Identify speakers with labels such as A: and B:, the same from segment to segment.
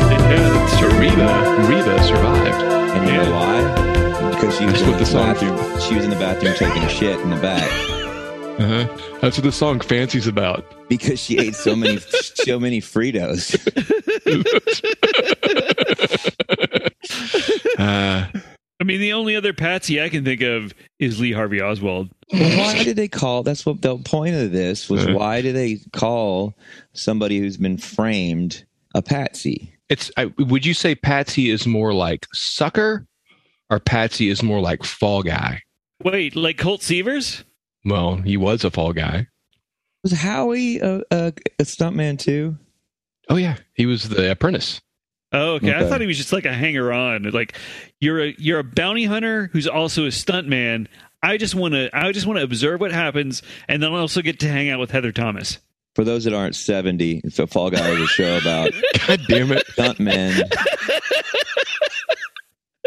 A: Yeah,
B: So Reba, Reba survived.
C: And you know why? Because she was
B: That's
C: in
B: what the song-
C: bathroom. She was in the bathroom taking a shit in the back
B: Uh-huh. That's what the song "Fancy's" about.
C: because she ate so many so many Fritos.
B: Uh,
A: I mean, the only other Patsy I can think of is Lee Harvey Oswald.
C: why did they call? That's what the point of this was.
B: Uh.
C: Why do they call somebody who's been framed a patsy?
B: it's. I, would you say Patsy is more like sucker, or Patsy is more like fall guy?
A: Wait, like Colt Seavers?
B: Well, he was a fall guy.
C: Was Howie a, a, a stuntman too?
B: Oh yeah, he was the apprentice.
A: Oh, okay. I
C: Okay.
A: thought he was just like a hanger on. Like you're a you're a bounty hunter who's also a stuntman. I just want to I just want to observe what happens, and then I also get to hang out with Heather Thomas.
C: For those that aren't seventy, so Fall Guy was a show about
B: God damn it!
C: stuntmen.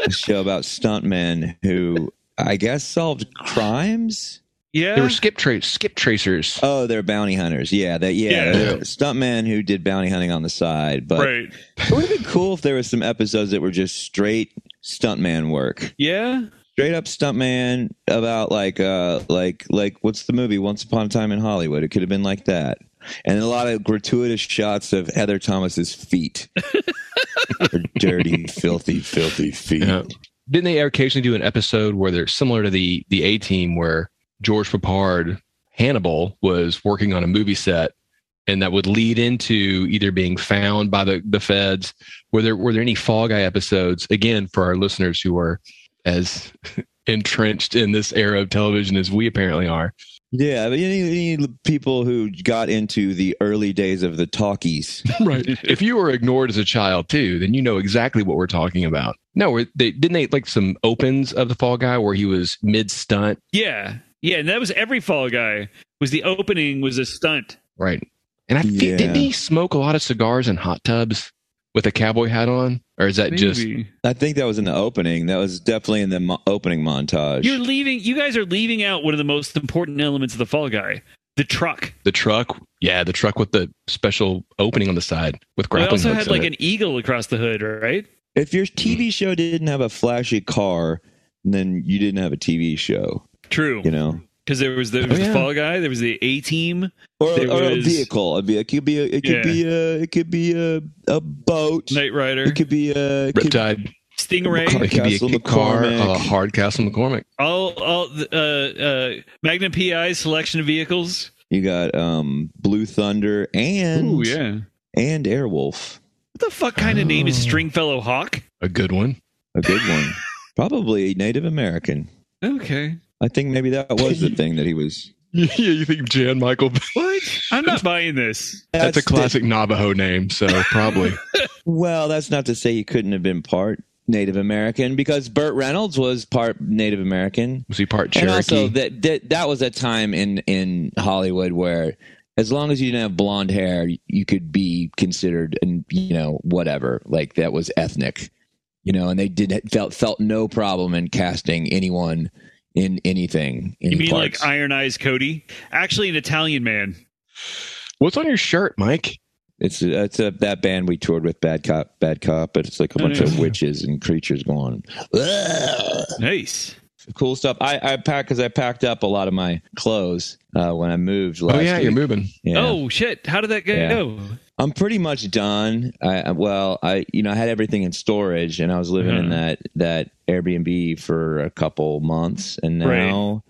C: a show about stuntmen who I guess solved crimes.
A: Yeah,
B: They were skip tra- skip tracers.
C: Oh, they're bounty hunters. Yeah, that yeah,
A: Yeah.
C: they're stuntmen who did bounty hunting on the side. But
A: right.
C: it would have been cool if there was some episodes that were just straight stuntman work,
A: Yeah,
C: straight up stuntman about like uh like like what's the movie Once Upon a Time in Hollywood? It could have been like that, and a lot of gratuitous shots of Heather Thomas's feet. Her dirty, filthy, filthy feet.
B: Yeah. Didn't they occasionally do an episode where they're similar to the the A Team, where George Papard Hannibal was working on a movie set, and that would lead into either being found by the the feds. Were there were there any Fall Guy episodes? Again, for our listeners who are as entrenched in this era of television as we apparently are.
C: Yeah, but any, any people who got into the early days of the talkies.
B: Right. if you were ignored as a child too, then you know exactly what we're talking about. No, we're- they didn't they like some opens of the Fall Guy where he was mid stunt.
A: yeah, yeah. And that was every Fall Guy. Was the opening was a stunt?
B: Right. And I feel,
C: Yeah.
B: didn't he smoke a lot of cigars in hot tubs with a cowboy hat on? Or is that just
A: Maybe.
C: I think that was in the opening. That was definitely in the mo- opening montage.
A: you're leaving. You guys are leaving out one of the most important elements of the Fall Guy: the truck.
B: the truck? Yeah, the truck with the special opening on the side with
A: Well, It
B: grappling
A: also
B: hooks
A: had
B: in
A: like
B: it.
A: an eagle across the hood, right?
C: if your TV show didn't have a flashy car, then you didn't have a TV show,
A: True.
C: you know?
A: Because there was, the, there was
B: Oh,
A: the
B: yeah.
A: Fall Guy, there was the A Team.
C: Or,
A: There
C: or a
A: was-
C: vehicle. It'd be- It could be a, it could
A: Yeah.
C: be a, it could be a, a boat.
A: Knight Rider,
C: It could be
A: E
C: a it could-
B: Riptide.
A: Stingray,
B: It could be a
C: Hardcastle
B: kick car,
C: McCormick.
B: uh, Hardcastle McCormick.
A: all all the, uh, uh, Magnum PI 's selection of vehicles.
C: You got um Blue Thunder and and Airwolf.
A: What the fuck kind of
B: Oh.
A: name is Stringfellow Hawk?
B: A good one.
C: A good one. Probably Native American.
A: Okay.
C: I think maybe that was the thing that he was
B: yeah, you think Jan Michael?
A: What? I'm not buying this.
B: That's, a
C: the-
B: classic Navajo name, so probably.
C: well, that's not to say he couldn't have been part Native American because Burt Reynolds was part Native American,
B: Was he part
C: and
B: Cherokee?
C: also that, that that was a time in in Hollywood where as long as you didn't have blonde hair, you could be considered and you know whatever like that was ethnic, you know, and they did felt felt no problem in casting anyone in anything. Any
A: You mean
C: parts.
A: like Iron Eyes Cody? Actually, an Italian man.
B: What's on your shirt, Mike?
C: It's it's a, that band we toured with, Bad Cop, Bad Cop, but it's like a
A: Oh,
C: bunch
A: yeah.
C: of witches and creatures going. "Ugh."
A: Nice.
C: Cool stuff. I I packed because I packed up a lot of my clothes uh, when I moved. Last
B: Oh yeah, you're
C: week.
B: moving.
C: Yeah.
A: Oh shit! How did that guy
C: Yeah.
A: go?
C: I'm pretty much done. I I- well, I you know I had everything in storage, and I was living in
A: Mhm.
B: Uh-huh.
C: that that Airbnb for a couple months, and
A: Right.
C: now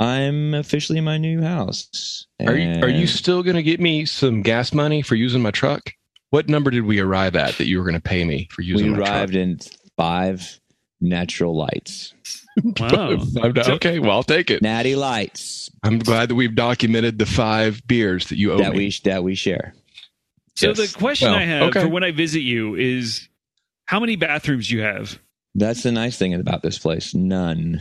C: I'm officially in my new house.
B: Are you, are you
C: And-
B: still going to get me some gas money for using my truck? What number did we arrive at that you were going to pay me for
C: We
B: using my
C: arrived in five natural lights,
A: Wow.
B: truck? I'm not-
A: So-
B: okay, well I'll take it.
C: natty lights.
B: I'm glad that we've documented the five beers that you owe
C: that
B: me.
C: we that we share.
A: So
B: Yes.
A: the question
B: Well,
A: I have
B: okay.
A: for when I visit you is How many bathrooms do you have?
C: That's the nice thing about this place. None.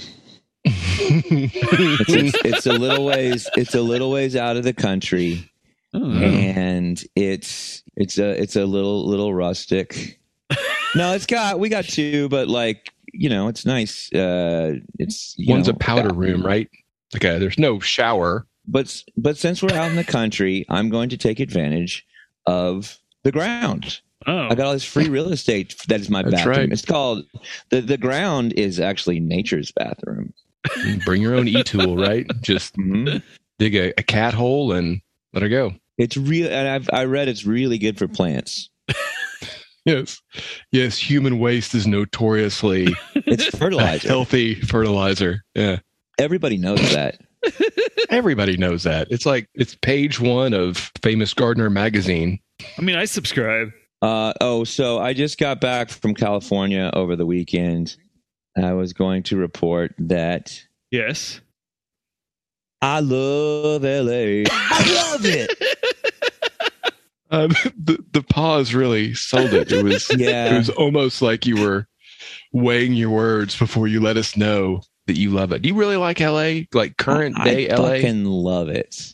C: It's, it's, it's a little ways. It's a little ways out of the country, Mm-hmm.
B: Mm.
C: and it's it's a it's a little little rustic. No, it's got we got two, but like you know, it's nice. Uh, it's you
B: One's
C: know,
B: a powder
C: mm.
B: room, right? Okay, there's no shower.
C: But but since we're out in the country, I'm going to take advantage of the ground.
A: Oh,
C: I got all this free real estate. That is my
B: That's
C: bathroom.
B: right.
C: It's called the the ground is actually nature's bathroom.
B: You Bring your own e tool, right? Just
C: Mhm.
B: dig a, a cat hole and let her go.
C: It's real, and I've I read it's really good for plants.
B: Yes, yes. Human waste is notoriously
C: It's
B: a
C: fertilizer.
B: healthy fertilizer. Yeah.
C: Everybody knows that.
B: Everybody knows that. It's like it's page one of Famous Gardener magazine.
A: I mean, I subscribe.
C: Uh, oh, so I just got back from California over the weekend. I was going to report that
A: Yes.
C: I love LA. I love it.
B: Um, the the pause really sold it. It was it
C: Yeah.
B: was almost like you were weighing your words before you let us know that you love it. Do you really like LA? Like current
C: I-
B: day
C: I
B: LA?
C: fucking love it.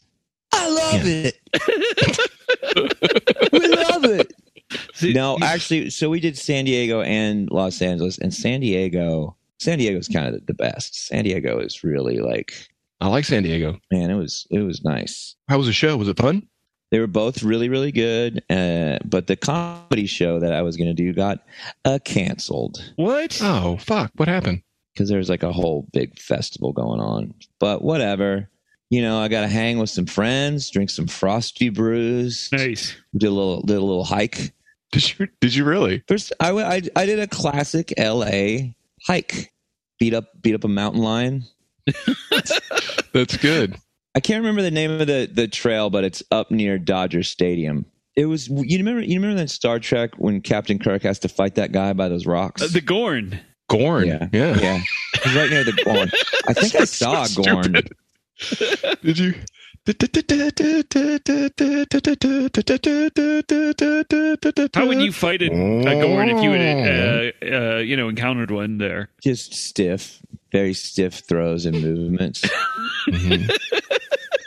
C: I love it. we love it.
A: See,
C: no,
A: you-
C: actually, so we did San Diego and Los Angeles, and San Diego, San Diego's kind of the best. San Diego is really like,
B: I like San Diego.
C: man, it was it was nice.
B: How was the show? Was it fun?
C: They were both really really good, uh, but the comedy show that I was going to do got uh, canceled
A: what?
B: Oh fuck! What happened?
C: because there's like a whole big festival going on. But whatever, you know, I got to hang with some friends, drink some frosty brews,
A: nice.
C: did a little did a little hike.
B: Did you did you really?
C: First, I, went- I I did a classic L.A. hike, beat up beat up a mountain lion.
B: That's good.
C: I can't remember the name of the the trail, but it's up near Dodger Stadium. It was you remember you remember that Star Trek when Captain Kirk has to fight that guy by those rocks.
A: Uh, the Gorn.
B: Gorn.
C: Yeah.
B: Yeah.
C: yeah, it was right near the Gorn. I think I saw a
B: So
C: Gorn.
B: stupid. Did you?
A: How would you fight a, a Gorn if you had, uh, uh, you know, encountered one there?
C: Just stiff, very stiff throws and movements.
B: Mhm. Mm-hmm.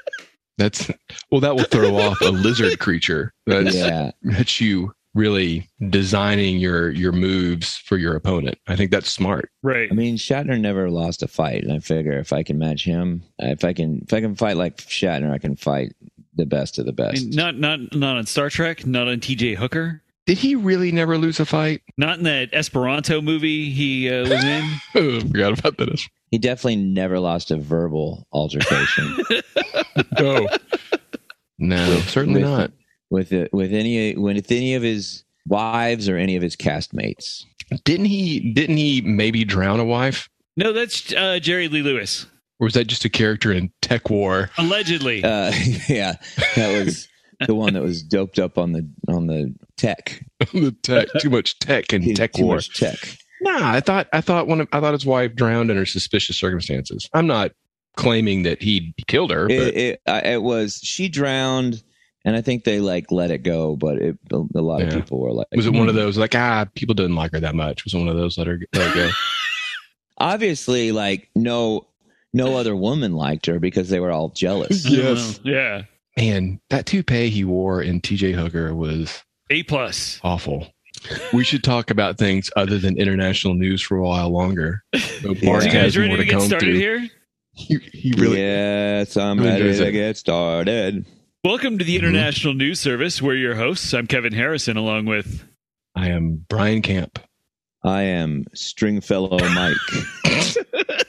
B: That's well. That will throw off a lizard creature. That's
C: yeah,
B: that's you really designing your your moves for your opponent. I think that's smart.
A: Right.
C: I mean Shatner never lost a fight, and I figure if I can match him, if I can if I can fight like Shatner, I can fight the best of the
A: I
C: best.
A: mean, not not not on Star Trek. Not on T.J. Hooker.
B: Did he really never lose a fight?
A: Not in that Esperanto movie he uh, was in.
B: Oh, forgot about that.
C: He definitely never lost a verbal altercation.
B: No, no, certainly
C: With-
B: not.
C: with it, with any with any of his wives or any of his castmates.
B: Didn't he? Didn't he maybe drown a wife?
A: No, that's uh, Jerry Lee Lewis.
B: Or was that just a character in Tech War?
A: Allegedly.
C: Uh, yeah, that was the one that was doped up on the on the tech
B: the tech, too much tech and
C: Too-
B: tech
C: too
B: war.
C: much tech.
B: Nah, I thought I thought one of, I thought his wife drowned under suspicious circumstances. I'm not claiming that he killed her, but
C: It, it, I- it was she drowned, and I think they like let it go, but it, a lot of
B: Yeah.
C: people were like,
B: was it
C: mm-hmm.
B: one of those like ah people didn't like her that much? Was it one of those let her let her go?
C: Obviously, like no no other woman liked her because they were all jealous.
A: I don't
B: yes.
A: know. Yeah.
B: Man, that toupee he wore in T.J. Hooker was
A: A plus.
B: awful. We should talk about things other than international news for a while longer. So
C: Yeah.
B: Mark
A: You
B: has
A: guys ready
B: more
A: to
B: to
A: get
B: come
A: started
B: through.
A: here?
B: He, he really
C: yes, I'm
B: Really
C: ready
B: does
C: to
B: it.
C: get started.
A: Welcome to the
B: Mhm.
A: International News Service. We're your hosts. I'm Kevin Harrison, along with
B: I am Brian Camp.
C: I am Stringfellow Mike.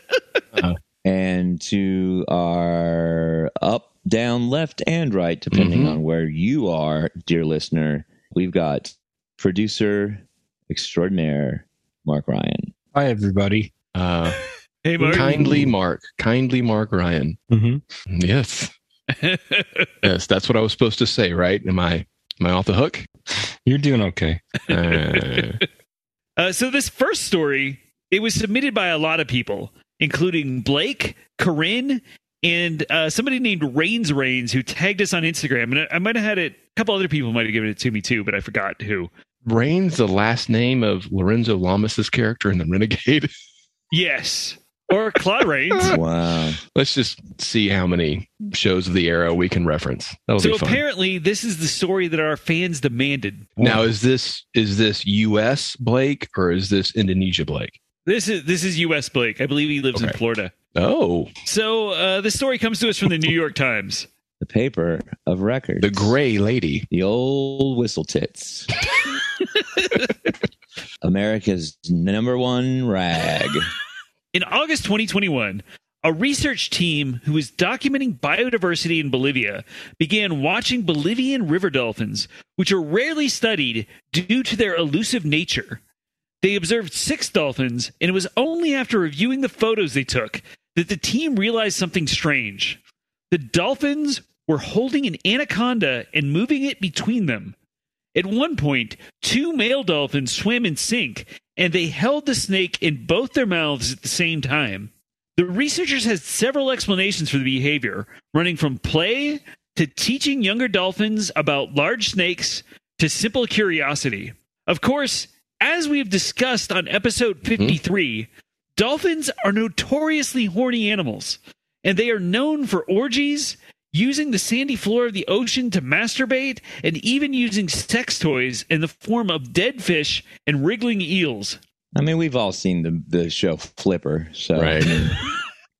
B: Uh-huh.
C: and to our up, down, left, and right, depending
B: Mhm.
C: on where you are, dear listener, we've got producer extraordinaire Mark Ryan.
D: Hi, everybody.
B: Uh,
A: Hey Mark.
B: kindly Mark. Kindly Mark Ryan.
D: Mm-hmm.
B: Yes. Yes, that's what I was supposed to say, right? Am I am I off the hook?
D: You're doing okay.
B: Uh,
A: uh, so this first story, it was submitted by a lot of people, including Blake, Corinne, and uh, somebody named Rains Rains who tagged us on Instagram. And I, I might have had it. A couple other people might have given it to me too, but I forgot who.
B: Rain's the last name of Lorenzo Lamas's character in The Renegade?
A: Yes. Or Claude Rains.
C: Wow.
B: Let's just see how many shows of the era we can reference. That'll
A: so
B: be fun.
A: apparently, this is the story that our fans demanded.
B: now, is this is this U.S. Blake or is this Indonesia Blake?
A: This is this is U.S. Blake. I believe he lives in
B: Okay.
A: Florida.
B: Oh,
A: So uh, this story comes to us from the New York Times.
C: The paper of records.
B: the Gray Lady.
C: The old whistle tits. America's number one rag.
A: In August 2021, a research team who was documenting biodiversity in Bolivia began watching Bolivian river dolphins, which are rarely studied due to their elusive nature. They observed six dolphins, and it was only after reviewing the photos they took that the team realized something strange. The dolphins were holding an anaconda and moving it between them. At one point, two male dolphins swam in sync and they held the snake in both their mouths at the same time. The researchers had several explanations for the behavior, running from play to teaching younger dolphins about large snakes to simple curiosity. Of course, as we have discussed on episode 53, dolphins are notoriously horny animals, and they are known for orgies, using the sandy floor of the ocean to masturbate, and even using sex toys in the form of dead fish and wriggling eels.
C: I mean, we've all seen the the show Flipper, so
B: Right.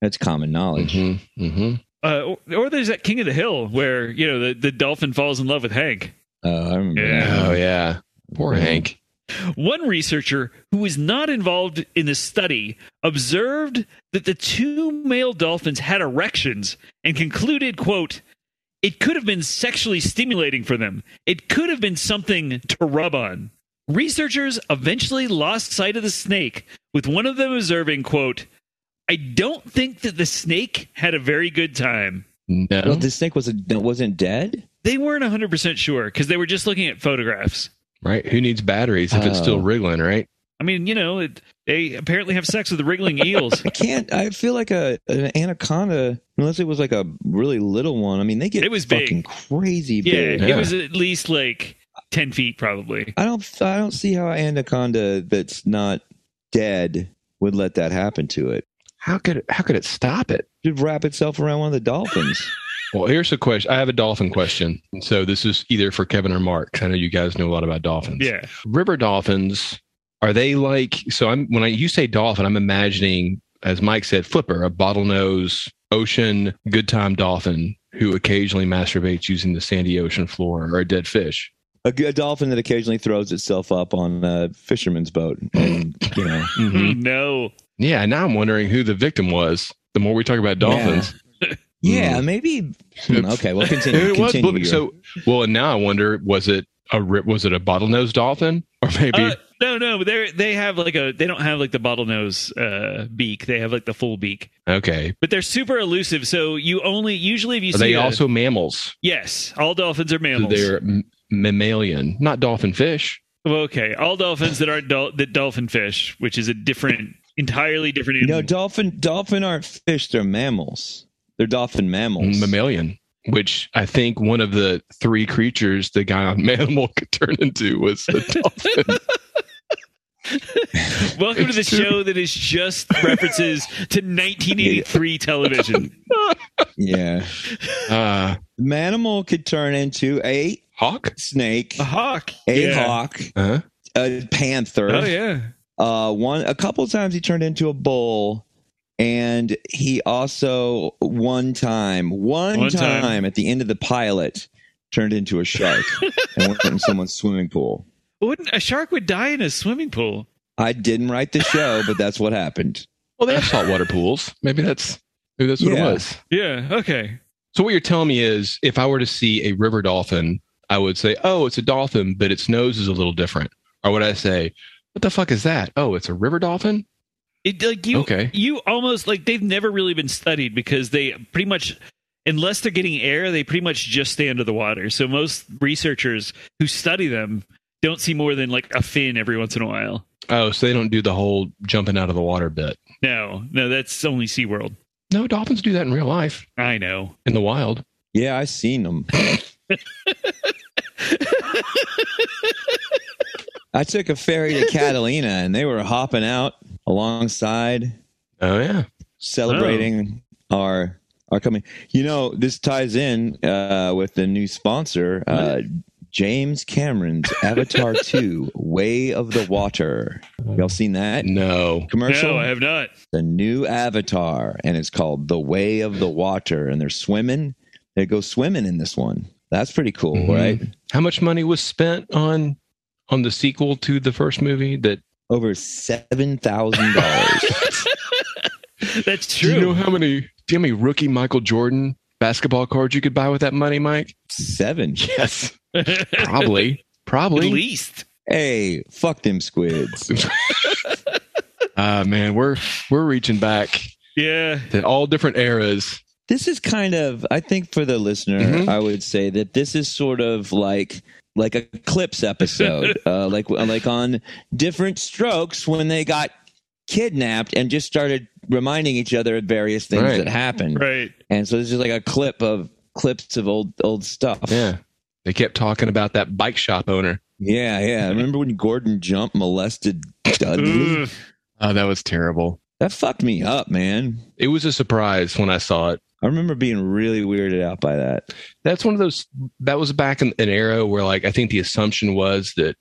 C: that's common knowledge.
B: Mm-hmm, mm-hmm.
A: Uh, or, or there's that King of the Hill where you know the, the dolphin falls in love with Hank.
C: Uh, I remember.
A: Yeah.
C: that.
B: Oh yeah, poor
C: Mhm.
B: Hank.
A: One researcher who was not involved in the study observed that the two male dolphins had erections and concluded, quote, it could have been sexually stimulating for them. It could have been something to rub on. Researchers eventually lost sight of the snake, with one of them observing, quote, I don't think that the snake had a very good time.
B: No.
C: Well, the snake was a, wasn't dead.
A: They weren't 100% sure because they were just looking at photographs.
B: Right? Who needs batteries if it's
C: Oh.
B: still wriggling, right?
A: I mean, you know, it, they apparently have sex with wriggling eels.
C: I can't. I feel like a an anaconda, unless it was like a really little one. I mean, they get
A: It was big.
C: fucking crazy
A: Yeah,
C: big.
B: Yeah.
A: it was at least like ten feet, probably.
C: I don't. I don't see how an anaconda that's not dead would let that happen to it.
B: How could how could it stop it?
C: Should wrap itself around one of the dolphins.
B: Well, here's a question. I have a dolphin question. So this is either for Kevin or Mark. 'cause I know you guys know a lot about dolphins.
A: Yeah,
B: River dolphins are they like? So I'm when I you say dolphin, I'm imagining, as Mike said, flipper, a bottlenose ocean good time dolphin who occasionally masturbates using the sandy ocean floor or a dead fish.
C: a, g- a dolphin that occasionally throws itself up on a fisherman's boat, and you know,
A: Mm-hmm.
B: Mhm.
A: no,
B: yeah. Now I'm wondering who the victim was. The more we talk about dolphins,
C: yeah, maybe. Hmm, okay, well, continue.
B: It was
C: continue
B: blue-
C: your-
B: so. Well, and now I wonder: was it a ri- was it a bottlenose dolphin, or maybe
A: uh, no, no. They they have like a they don't have like the bottlenose uh, beak. They have like the full beak,
B: okay?
A: but they're super elusive. So you only usually if you
B: Are they
A: see a-
B: also mammals?
A: yes, all dolphins are
B: So
A: mammals.
B: They're m- mammalian, not dolphin fish.
A: Well, okay, all dolphins that aren't dol- that dolphin fish, which is a different, entirely different
C: no,
A: animal.
C: dolphin. Dolphin aren't fish; they're mammals. They're dolphin mammals.
B: Mammalian, which I think one of the three creatures the guy on Manimal could turn into was a dolphin.
A: Welcome to the show that is just references to 1983 television.
C: yeah,
B: uh,
C: manimal could turn into a
B: hawk?
C: snake,
A: A hawk,
C: a
A: Uh-huh. Yeah.
C: hawk,
B: Huh?
A: Uh-huh.
C: a panther.
A: Oh yeah.
C: uh, one a couple times he turned into a bull and he also one time one,
A: One time.
C: time, at the end of the pilot turned into a shark and went in someone's swimming pool
A: Wouldn't a shark would die in a swimming pool?
C: i didn't write the show but that's what happened
B: Well, they have saltwater pools. Maybe that's maybe that's what
C: Yeah.
B: it was.
A: Yeah. Okay.
B: So what you're telling me is, if I were to see a river dolphin, I would say, "Oh, it's a dolphin, but its nose is a little different." Or would I say, "What the fuck is that? Oh, it's a river dolphin."
A: It like you.
B: Okay.
A: You almost like they've never really been studied because they pretty much, unless they're getting air, they pretty much just stay under the water. So most researchers who study them don't see more than like a fin every once in a while.
B: Oh, so they don't do the whole jumping out of the water bit.
A: No, no, that's only SeaWorld.
B: No, dolphins do that in real life
A: I know.
B: in the wild.
C: yeah i seen them I took a ferry to Catalina and they were hopping out alongside
B: Oh yeah.
C: celebrating our our coming. You know, this ties in uh, with the new sponsor, uh, James Cameron's Avatar Two: Way of the Water. Y'all seen that
B: No.
C: commercial?
A: No, I have not.
C: the new Avatar, and it's called The Way of the Water, and they're swimming. They go swimming in this one. That's pretty cool,
B: Mhm.
C: right?
B: How much money was spent on on the sequel to the first movie? That
C: Over seven thousand dollars.
A: That's
B: do you know
A: true.
B: how many do you know how many rookie Michael Jordan basketball cards you could buy with that money, Mike?
C: Seven.
B: Yes. Probably.
A: At
B: Probably.
A: least.
C: Hey, fuck them squids.
B: Ah man, we're we're reaching back
A: Yeah.
B: to all different eras.
C: this is kind of i think for the listener
B: Mhm.
C: i would say that this is sort of like like a clips episode uh, like like on different strokes when they got kidnapped and just started reminding each other of various things
B: Right.
C: that happened
A: Right.
C: and so this is like a clip of clips of old old stuff
B: Yeah. They kept talking about that bike shop owner.
C: yeah yeah remember when gordon jump molested dudley
A: Ugh.
B: Oh, that was terrible.
C: that fucked me up man
B: It was a surprise when I saw it.
C: i remember being really weirded out by that
B: that's one of those that was back in an era where like i think the assumption was that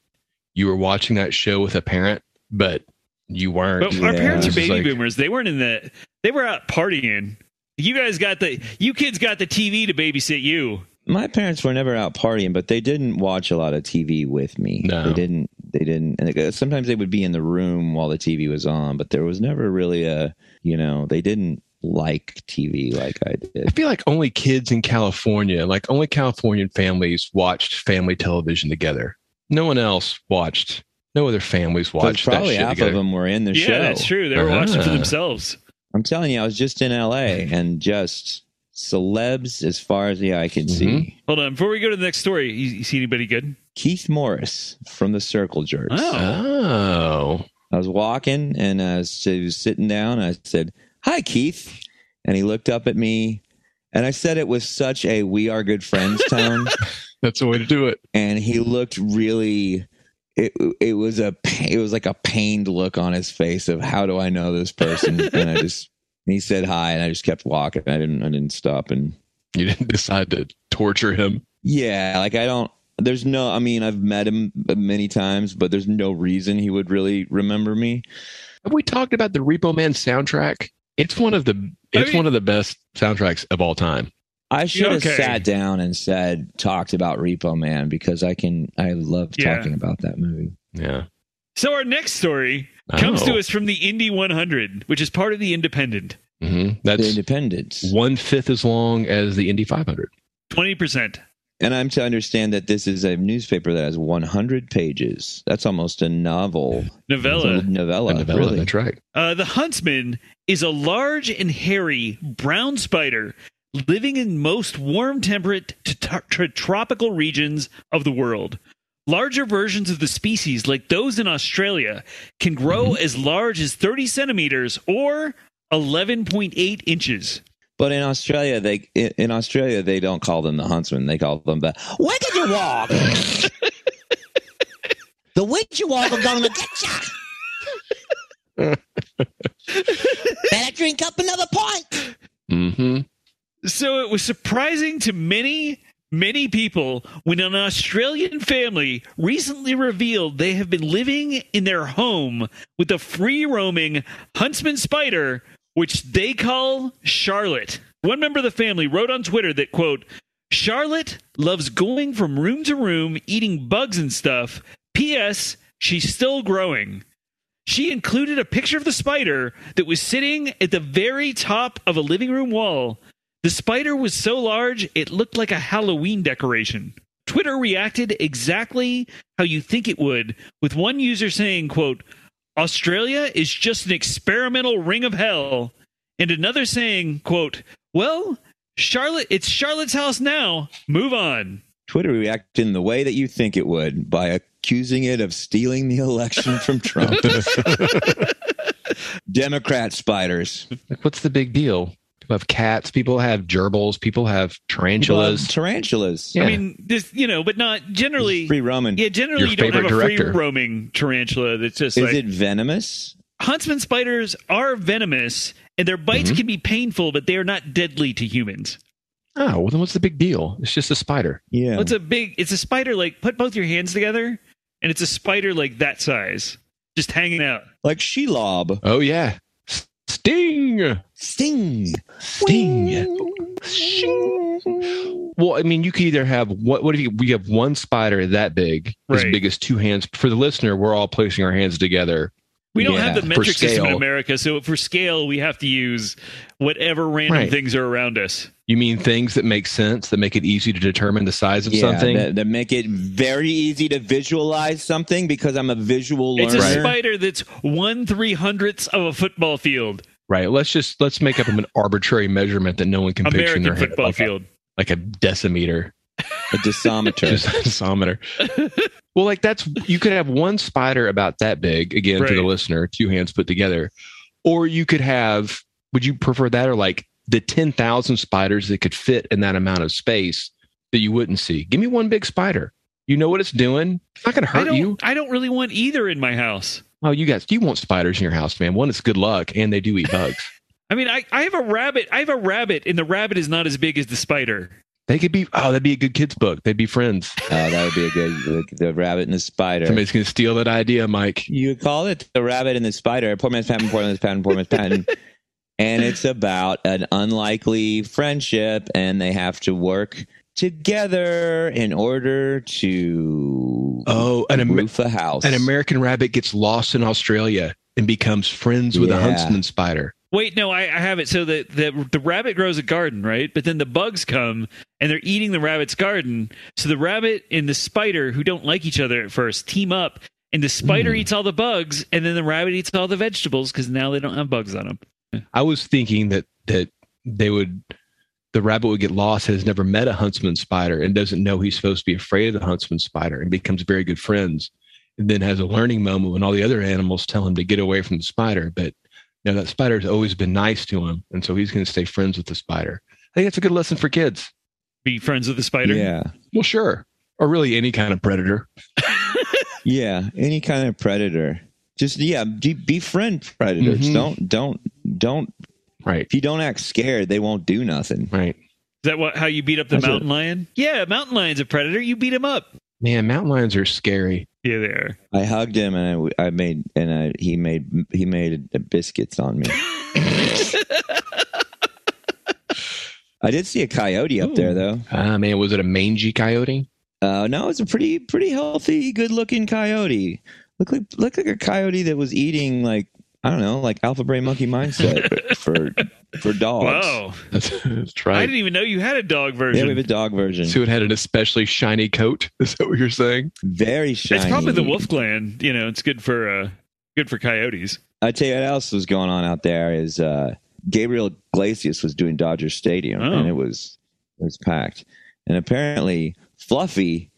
B: you were watching that show with a parent but you weren't
A: But our
C: Yeah.
A: parents are
B: It's just
A: baby
B: like-
A: boomers. They weren't in the. They were out partying. You guys got the. You kids got the TV to babysit you.
C: my parents were never out partying, but they didn't watch a lot of TV with me.
B: No.
C: They didn't. They didn't. And they, sometimes they would be in the room while the TV was on, but there was never really a, you know, they didn't like TV like I
B: i
C: did.
B: feel like only kids in california like only californian families watched family television together no one else watched no other families
C: Because
B: watched that
C: probably
B: shit
C: half
B: together.
C: of them were in the
A: yeah,
C: show.
A: that's true. They were watching for
B: Uh-huh.
A: themselves.
C: I'm telling you, I was just in LA and just celebs as far as the eye can see.
A: Hold on. Before we go to the next story, you, you see anybody good?
C: Keith Morris from the Circle Jerks.
A: Oh.
B: oh
C: I was walking and I was, he was sitting down. I said, Hi, Keith. And he looked up at me and I said it with such a we are good friends tone.
B: that's the way to do it
C: and he looked really. It, it was a pa- it was like a pained look on his face of how do I know this person and I just and he said hi and I just kept walking I didn't I didn't stop and
B: you didn't decide to torture him
C: yeah like I don't there's no I mean I've met him many times but there's no reason he would really remember me
B: have we talked about the repo man soundtrack it's one of the
A: I
B: it's
A: mean-
B: one of the best soundtracks of all time
C: I should have
A: okay.
C: sat down and said talked about Repo Man because I can I love
A: Yeah.
C: talking about that movie.
B: Yeah.
A: So our next story comes
B: Oh.
A: to us from the Indy 100, which is part of the Independent.
B: hmm
C: the
B: That's
C: Independence.
B: one fifth as long as the Indy 500.
A: Twenty percent.
C: And I'm to understand that this is a newspaper that has 100 pages. That's almost a novel.
A: Novella.
C: It's a novella,
B: A novella,
C: really.
B: That's right.
A: Uh, the huntsman is a large and hairy brown spider living in most warm temperate to to- to tropical regions of the world. Larger versions of the species, like those in Australia, can grow as large as 30 centimeters or 11.8 inches.
C: But in Australia, they in in Australia they don't call them the huntsman. They call them the where did you walk? the witch you walk, I'm gonna get ya. Better drink up another pint.
B: Mm-hmm.
A: So it was surprising to many, many people when an Australian family recently revealed they have been living in their home with a free roaming huntsman spider, which they call Charlotte. One member of the family wrote on Twitter that, quote, Charlotte loves going from room to room, eating bugs and stuff. P.S. She's still growing. She included a picture of the spider that was sitting at the very top of a living room wall. The spider was so large, it looked like a Halloween decoration. Twitter reacted exactly how you think it would, with one user saying, quote, Australia is just an experimental ring of hell, and another saying, quote, well, Charlotte, it's Charlotte's house now. Move on.
C: Twitter reacted in the way that you think it would by accusing it of stealing the election from Trump. Democrat spiders.
B: Like, what's the big deal? have cats. People have gerbils. People have tarantulas.
C: tarantulas.
B: Yeah.
A: I mean, this you know, but not generally.
C: Free Roman.
A: Yeah, generally
B: Your
A: you don't have a
B: favorite director.
A: free roaming tarantula that's just
C: Is
A: like
C: it venomous?
A: huntsman spiders are venomous and their
B: Mm-hmm.
A: bites can be painful, but they are not deadly to humans.
B: oh, well, then what's the big deal? It's just a spider.
C: Yeah.
A: Well, it's a big it's a spider like put both your hands together and it's a spider like that size. Just hanging out.
C: like shelob.
B: Oh, yeah. S- Sting.
C: Sting.
B: Sting. Well, I mean, you could either have what? What if you, we have one spider that big, as
A: Right.
B: big as two hands? For the listener, we're all placing our hands together.
A: We don't
C: Yeah,
A: have the
B: for
A: metric system in
B: scale.
A: America, so for scale we have to use whatever random
B: Right.
A: things are around us.
B: You mean things that make sense, that make it easy to determine the size of
C: Yeah,
B: something?
C: That, that make it very easy to visualize something because I'm a visual learner.
A: It's a
B: Right.
A: spider that's one three hundredths of a football field.
B: right. Let's just let's make up an arbitrary measurement that no one can picture in
A: American
B: their head,
A: football
B: like a-
A: field.
B: like a decimeter.
C: a
B: just
C: decimeter.
B: a someter. well, like that's you could have one spider about that big again for the
A: Right.
B: listener, two hands put together, or you could have. Would you prefer that or like the ten thousand spiders that could fit in that amount of space that you wouldn't see? Give me one big spider. You know what it's doing. It's not going to
A: I
B: hurt
A: don't
B: you.
A: I don't really want either in my house.
B: Oh, you guys, you want spiders in your house, man? One, it's good luck, and they do eat bugs.
A: I mean, I, I have a rabbit. I have a rabbit, and the rabbit is not as big as the spider.
B: They could be. Oh, that'd be a good kids book. They'd be friends.
C: oh, that would be a good the, the rabbit and the spider.
B: Somebody's going to steal that idea, Mike.
C: You call it the rabbit and the spider. Poor man's patent. Poor man's patent. Poor man's patent. and it's about an unlikely friendship, and they have to work together in order to
B: Oh, an Amer-
C: roof a house.
B: An American rabbit gets lost in Australia and becomes friends with
C: Yeah.
B: a huntsman spider.
A: Wait, no, I, I have it. So the, the the rabbit grows a garden, right? But then the bugs come and they're eating the rabbit's garden. So the rabbit and the spider, who don't like each other at first, team up, and the spider eats all the bugs, and then the rabbit eats all the vegetables because now they don't have bugs on them.
B: I was thinking that that they would the rabbit would get lost, has never met a huntsman spider, and doesn't know he's supposed to be afraid of the huntsman spider and becomes very good friends. And then has a learning moment when all the other animals tell him to get away from the spider. But no, that spider's always been nice to him. And so he's going to stay friends with the spider. I think that's a good lesson for kids.
A: Be friends with the spider.
C: Yeah,
B: Well, sure. Or really any kind of predator.
C: yeah. Any kind of predator. Just yeah, be- befriend predators.
B: Mhm.
C: Don't don't don't.
B: Right.
C: If you don't act scared, they won't do nothing.
B: Right.
A: Is that what how you beat up the
B: That's it.
A: mountain lion? Yeah, mountain lion's a predator. You beat him up.
B: Man, mountain lions are scary.
A: Yeah, there.
C: I hugged him and I, I made and I he made he made biscuits on me. I did see a coyote up there though.
B: Ah, man, was it a mangy coyote?
C: Uh, no, it's a pretty pretty healthy, good looking coyote. Look like look like a coyote that was eating like I don't know, like alpha brain monkey mindset for for dogs.
A: Wow.
B: That's, that's
A: I
B: right.
A: didn't even know you had a dog
C: Oh, Yeah, we
A: version.
C: have a dog version.
B: So it had an especially shiny coat. Is that what you're saying?
C: Very shiny.
A: It's probably the wolf gland. You know, it's good for uh, good for coyotes.
C: I tell you what else was going on out there is uh, Gabriel Glacius was doing Dodger Stadium
A: Oh.
C: and it was it was packed. And apparently Fluffy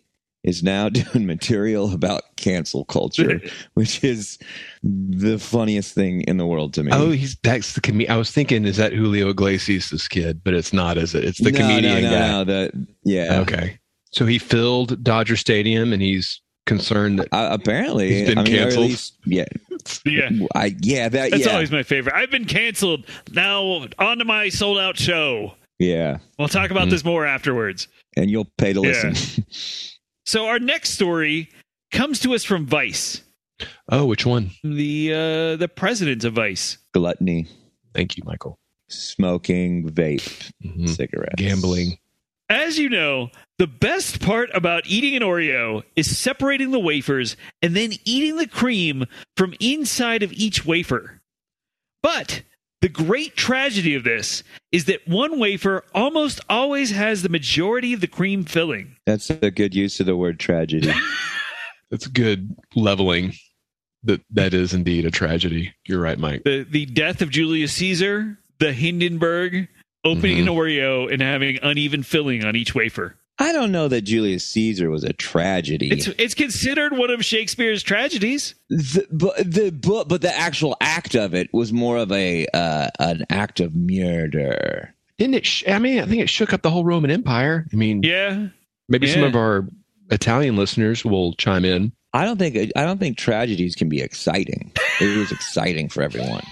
C: is now doing material about cancel culture, which is the funniest thing in the world to me.
B: Oh, he's that's the comedian. I was thinking, is that Julio Iglesias' kid? But it's not, is it? It's the
C: No,
B: comedian
C: no, no,
B: guy.
C: no, the- yeah.
B: Okay. So he filled Dodger Stadium, and he's concerned that
C: Uh, apparently,
B: He's been
C: I mean, or at
B: canceled.
C: least- yeah,
A: Yeah.
C: I, yeah, that,
A: That's
C: yeah,
A: always my favorite. I've been canceled. Now on to my sold out show.
C: yeah.
A: We'll talk about this more afterwards.
C: And you'll pay to
A: Yeah.
C: listen.
A: So our next story comes to us from Vice,
B: oh, which one?
A: the uh, the president of Vice.
C: Gluttony,
B: Thank you, Michael.
C: smoking, vape,
B: Mhm.
C: cigarettes,
B: Gambling.
A: As you know, the best part about eating an Oreo is separating the wafers and then eating the cream from inside of each wafer. But the great tragedy of this is that one wafer almost always has the majority of the cream filling.
C: That's a good use of the word tragedy.
B: That's good leveling. That that is indeed a tragedy. You're right, Mike.
A: The the death of Julius Caesar,
B: Mm-hmm.
A: the Hindenburg, opening an Oreo and having uneven filling on each wafer.
C: I I don't know that Julius Caesar was a tragedy.
A: It's it's considered one of Shakespeare's tragedies.
C: the, but the but, but the actual act of it was more of a uh, an act of murder.
B: Didn't it? Sh- I mean, I think it shook up the whole Roman Empire. I mean,
A: Yeah.
B: maybe some
A: yeah.
B: of our Italian listeners will chime in.
C: I don't think I don't think tragedies can be exciting. It was exciting for everyone.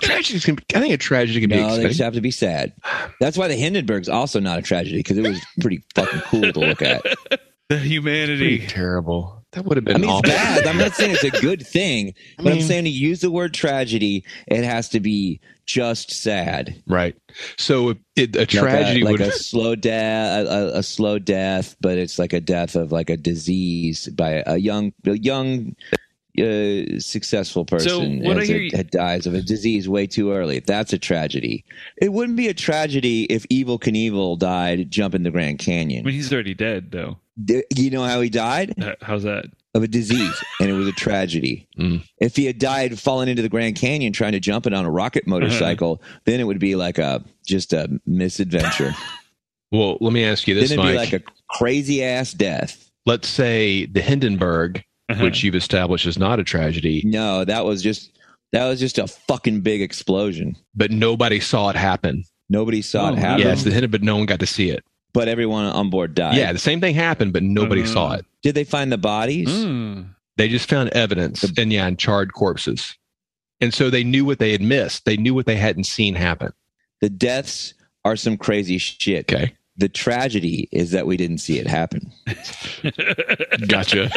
B: Tragedies can. Be, I think a tragedy can
C: No,
B: be
C: they just
B: expensive.
C: have to be sad. That's why the Hindenburg's also not a tragedy because it was pretty fucking cool to look at.
A: The
B: Pretty
A: humanity.
B: terrible. That would have been
C: I mean, it's
B: awful.
C: bad. I'm not saying it's a good thing,
B: I
C: but I'm
B: mean-
C: saying to use the word tragedy, it has to be just sad.
B: Right. So it, it, a
C: Like a-
B: tragedy
C: like
B: would.
C: a slow death, a, a, a slow death, but it's like a death of like a disease by a young, a young, uh, successful person
A: what I
C: as
A: hear
C: it-
A: you-
C: it dies of a disease way too early. That's a tragedy. It wouldn't be a tragedy if Evil Knievel died jumping the Grand
A: I
C: Canyon.
A: mean, he's already dead though.
C: D- You know how he died?
A: Uh, How's that?
C: Of a disease, and it was a tragedy.
B: Mm.
C: If he had died falling into the Grand Canyon trying to jump it on a rocket motorcycle, then it would be like a just a misadventure.
B: well, let me ask you this,
C: then it'd
B: Mike.
C: be like a crazy ass death.
B: Let's say the Hindenburg,
A: Uh-huh.
B: which you've established is not a tragedy,
C: No, that was just that was just a fucking big explosion.
B: but nobody saw it happen.
C: Nobody saw
A: Oh,
C: it happen,
B: Yeah, it's the Hindenburg, but no one got to see it.
C: but everyone on board died.
B: yeah, the same thing happened, but nobody
A: Uh,
B: saw it.
C: Did they find the bodies?
A: Mm.
B: They just found evidence and yeah, and charred corpses. And so they knew what they had missed. They knew what they hadn't seen happen.
C: The deaths are some crazy shit.
B: Okay.
C: The tragedy is that we didn't see it happen.
B: Gotcha.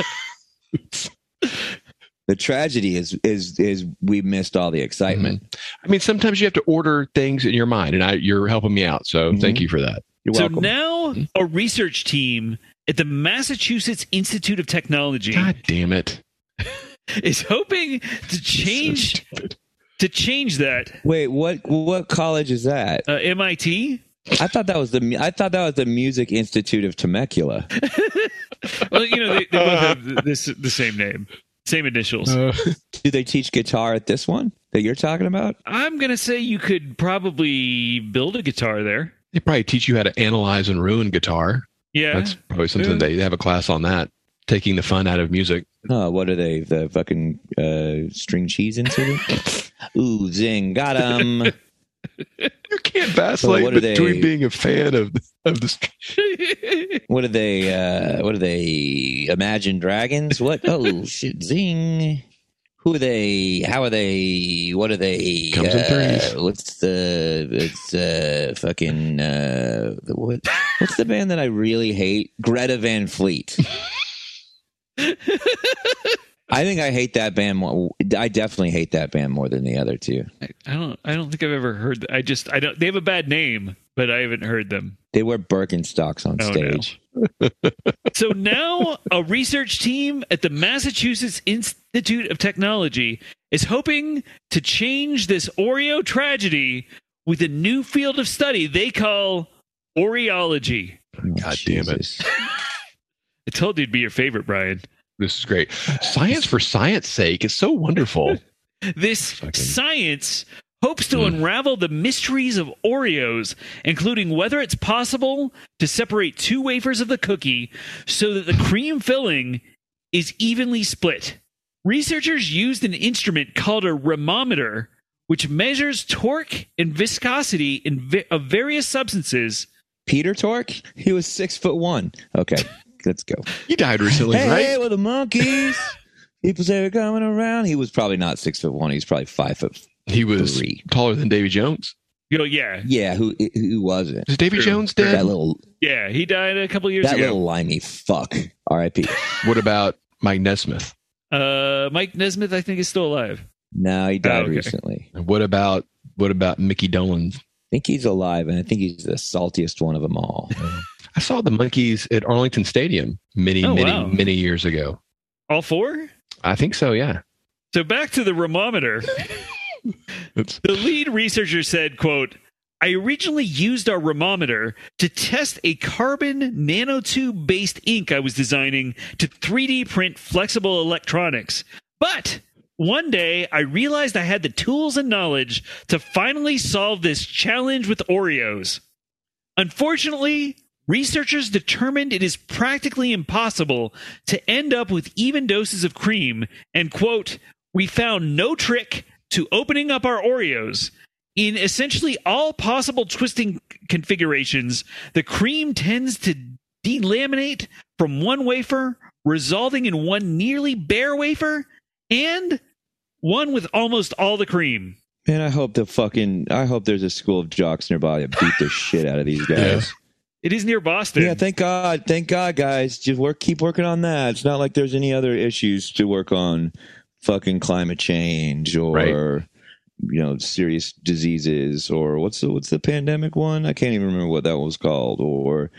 C: The tragedy is is is we missed all the excitement.
B: I mean, sometimes you have to order things in your mind, and I, you're helping me out. So
C: Mhm.
B: thank you for that.
C: You're
A: so
C: welcome.
A: now a research team at the Massachusetts Institute of Technology
B: God damn it.
A: is hoping to change to change that.
C: Wait, what what college is that?
A: Uh, MIT.
C: I thought that was the mu- I thought that was the Music Institute of Temecula.
A: Well, you know they, they both have this the same name, same initials.
C: Do they teach guitar at this one that you're talking about?
A: I'm gonna say you could probably build a guitar there.
B: They probably teach you how to analyze and ruin guitar.
A: Yeah,
B: That's probably something
A: Yeah.
B: they have a class on that, taking the fun out of music.
C: Oh, what are they? The fucking uh, string cheese incident? Ooh, zing, got 'em.
B: You can't
C: So what are they-
B: a fan of of this.
C: What are they? Uh, what are they? Imagine Dragons? What? Oh shit, zing. Who are they? How are they? What are they?
B: Comes in
C: Uh,
B: threes.
C: what's the? It's uh, fucking uh, the- what? What's the band that I really hate? Greta Van Fleet. I think I hate that band more. I definitely hate that band more than the other two.
A: I I don't. I don't think I've ever heard. th- I just. I don't. They have a bad name, but I haven't heard them.
C: They wear Birkenstocks on
A: Oh, no.
C: stage.
A: So now, a research team at the Massachusetts Institute of Technology is hoping to change this Oreo tragedy with a new field of study they call Oreology.
B: God damn it.
C: Jesus.
A: I told you it'd be your favorite, Brian.
B: This is great. Science for science sake is so wonderful.
A: This
B: Fucking-
A: science hopes to
C: Hmm.
B: Mm.
A: unravel the mysteries of Oreos, including whether it's possible to separate two wafers of the cookie so that the cream filling is evenly split. Researchers used an instrument called a rhemometer, which measures torque and viscosity in vi- of various substances.
C: Peter Torque? He was six foot one. Okay, let's go.
B: You died recently,
C: hey,
B: right?
C: hey, with the monkeys. People say they're coming around. He was probably not six foot one. He was probably five foot.
B: He was
C: Three.
B: taller than Davy Jones.
A: You know, yeah,
C: Yeah, who who wasn't?
B: Is Davy
A: True.
B: Jones
C: That
B: dead?
C: little
A: yeah, he died a couple years
C: that
A: ago.
C: little limey fuck. R.I.P.
B: What about Mike Nesmith?
A: uh, Mike Nesmith, I think, is still alive.
C: No, he died
A: Oh, okay.
C: recently.
B: And What about what about Mickey Dolan?
C: I think he's alive, and I think he's the saltiest one of them all.
B: I saw the monkeys at Arlington Stadium many,
A: Oh,
B: many,
A: wow.
B: many years ago.
A: All four?
B: I think so, yeah.
A: So back to the rhemometer.
B: It's-
A: the lead researcher said, quote, I originally used our rhemometer to test a carbon nanotube based ink I was designing to 3D print flexible electronics. But one day I realized I had the tools and knowledge to finally solve this challenge with Oreos. Unfortunately, Researchers determined it is practically impossible to end up with even doses of cream, and quote, we found no trick to opening up our Oreos. In essentially all possible twisting configurations, the cream tends to delaminate from one wafer, resulting in one nearly bare wafer and one with almost all the cream.
C: Man, I hope the fucking I hope there's a school of jocks nearby that beat the shit out of these guys.
A: It is near Boston.
C: Yeah, thank God, thank God, guys. Just work, keep working on that. It's not like there's any other issues to work on, fucking climate change or you know serious diseases or what's the what's the pandemic one? I can't even remember what that was called. Or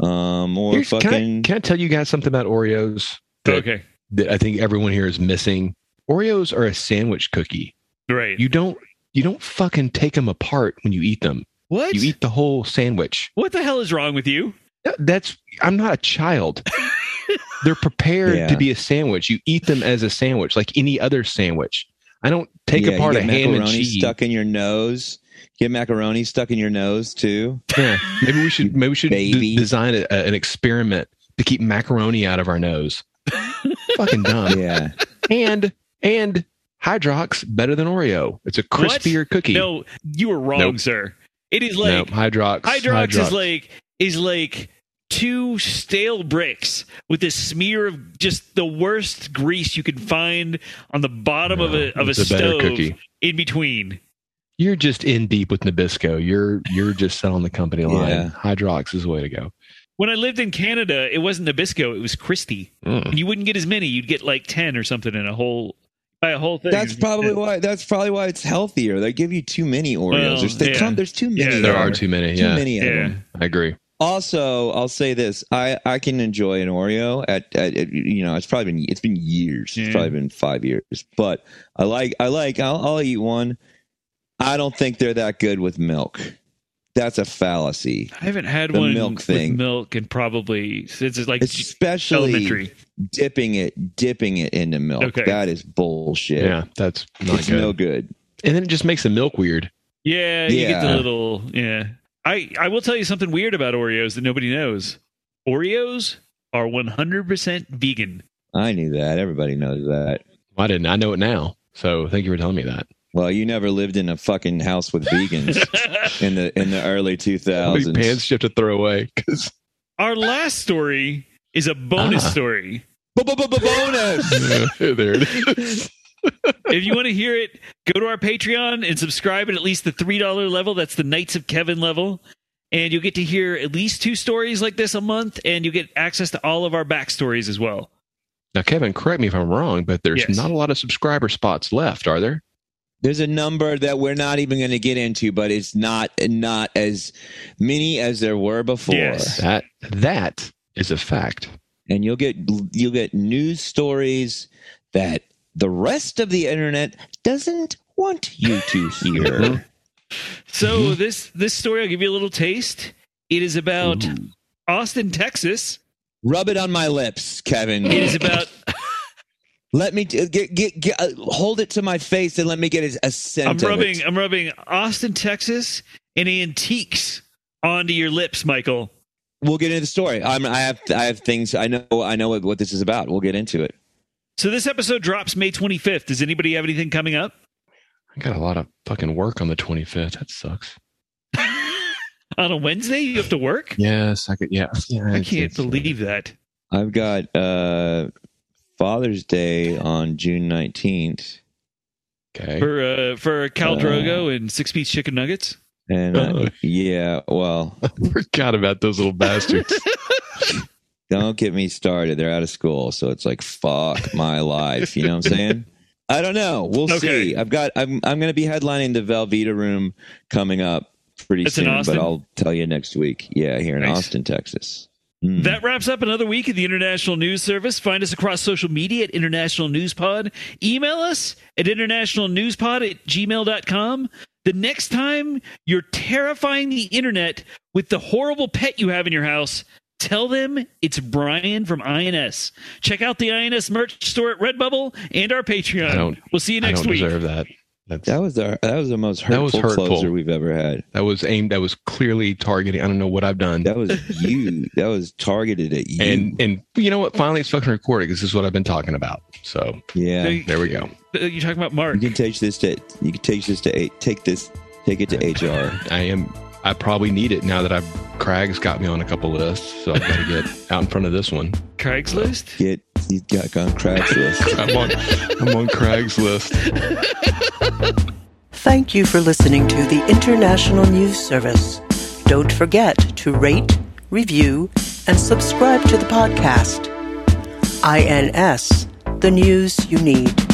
C: um or
B: Here's- can I-
C: fucking
B: can I tell you guys something about Oreos that-
A: okay.
B: that I think everyone here is missing? Oreos are a sandwich cookie.
A: Right.
B: You don't you don't fucking take them apart when you eat them.
A: what?
B: You eat the whole sandwich.
A: what the hell is wrong with you?
B: Th- That's I'm not a child. They're prepared
C: Yeah.
B: to be a sandwich. You eat them as a sandwich, like any other sandwich. I don't take
C: Yeah, you
B: apart a
C: get
B: ham and
C: macaroni
B: cheese.
C: stuck in your nose. Get macaroni stuck in your nose too.
B: Yeah. Maybe we should maybe we should d-
C: Baby.
B: design a, a- an experiment to keep macaroni out of our nose. Fucking dumb.
C: Yeah,
B: And and Hydrox better than Oreo. It's a
A: What?
B: crispier cookie.
A: No, you were wrong,
B: E. Nope.
A: sir. It is
B: no,
A: like
B: Hydrox.
A: Hydrox, is like is like two stale bricks with a smear of just the worst grease you can find on the bottom of a
B: No,
A: of a
B: it's a better
A: stove
B: cookie.
A: in between.
B: You're just in deep with Nabisco. You're you're just selling the company line.
C: Yeah.
B: Hydrox is the way to go.
A: When I lived in Canada, it wasn't Nabisco, it was Christie.
B: Mm.
A: And you wouldn't get as many, you'd get like 10 or something in a whole by a whole thing.
C: that's probably why. That's probably why it's healthier. They give you too many Oreos.
A: Well,
C: there's, they
A: yeah.
C: come, there's too many.
A: Yeah,
C: of
B: There
C: them.
B: are too many.
C: Too
B: Yeah,
C: many of
A: Yeah.
C: them.
B: I agree.
C: Also, I'll say this: I I can enjoy an Oreo at, at, at- you know it's probably been it's been years.
A: Yeah.
C: It's probably been five years, but I like I like I'll, I'll eat one. I don't think they're that good with milk. That's a fallacy,
A: I haven't had
C: The
A: one
C: milk
A: with
C: thing.
A: milk and probably since it's like
C: especially
A: elementary.
C: dipping it dipping it into milk.
A: Okay.
C: That is bullshit.
B: Yeah, that's not
C: it's
B: good.
C: no good.
B: and then it just makes the milk weird.
A: Yeah, you get the
C: Yeah.
A: little yeah. I I will tell you something weird about Oreos that nobody knows. Oreos are 100% vegan.
C: I knew that. Everybody knows that.
B: I didn't. I know it now. So thank you for telling me that.
C: Well, you never lived in a fucking house with vegans in the in the early two
B: These pants
C: thousands.
B: you have to throw away because
A: Our last story is a bonus
B: Ah.
A: story.
C: Bonus.
B: there it is.
A: If you want to hear it, go to our Patreon and subscribe at at least the $3 level. That's the Knights of Kevin level. And you'll get to hear at least two stories like this a month, and you get access to all of our backstories as well.
B: Now, Kevin, correct me if I'm wrong, but there's
A: Yes.
B: not a lot of subscriber spots left, are there?
C: There's a number that we're not even going to get into, but it's not not as many as there were before.
A: Yes.
B: That that is a fact.
C: And you'll get you'll get news stories that the rest of the internet doesn't want you to
A: Mm-hmm.
C: hear.
A: So this this story, I'll give you a little taste. It is about Austin, Texas.
C: Rub it on my lips, Kevin.
A: It is about
C: Let me t- get, get, get uh, hold it to my face and let me get a, a scent.
A: I'm
C: of it.
A: rubbing I'm rubbing Austin, Texas, and antiques onto your lips, Michael.
C: We'll get into the story. I'm, I have I have things. I know I know what, what this is about. We'll get into it.
A: So this episode drops May 25th. Does anybody have anything coming up?
B: I got a lot of fucking work on the 25th. That sucks.
A: On a Wednesday, you have to work.
B: Yes, I could. Yeah, yeah
A: I can't believe that.
C: I've got uh, Father's Day on June 19th.
B: Okay.
A: For uh, for Cal Drogo and six piece chicken nuggets.
C: And uh,
B: Oh.
C: yeah, well,
B: Forgot about those little bastards.
C: don't get me started. They're out of school, so it's like fuck my life. You know what I'm saying? I don't know. We'll
A: Okay.
C: see. I've got. I'm. I'm going to be headlining the Velveeta Room coming up pretty
A: That's in
C: soon,
A: Austin?
C: but I'll tell you next week. Yeah, here in
A: Nice.
C: Austin, Texas.
B: Mm-hmm.
C: Mm.
A: That wraps up another week of the International News Service. Find us across social media at International News Pod. Email us at internationalnewspod at gmail.com. The next time you're terrifying the internet with the horrible pet you have in your house, tell them it's Brian from INS. Check out the INS merch store at Redbubble and our Patreon.
B: I don't-
A: we'll see you
B: I
A: next
B: don't
A: week.
B: deserve that.
E: That's,
C: That was our that was the most
B: That
C: hurtful,
B: was hurtful.
C: closer we've ever had.
B: That was aimed. That was clearly targeting. I don't know what I've done.
C: That was you. that was targeted at you.
B: and and you know what? Finally, it's fucking recording. This is what I've been talking about. So
C: yeah,
A: They-
B: there we go.
A: Uh, You're talking about Mark.
C: you can take this to you can take this to eight. Take this, take it to HR.
B: I am. I probably need it now that I've Crag's got me on a couple lists, so I've got to get out in front of this one.
A: Craigslist.
C: Get you got on Craigslist.
B: I'm on. I'm on Craigslist.
F: Thank you for listening to the International News Service. Don't forget to rate, review, and subscribe to the podcast. INS, the news you need.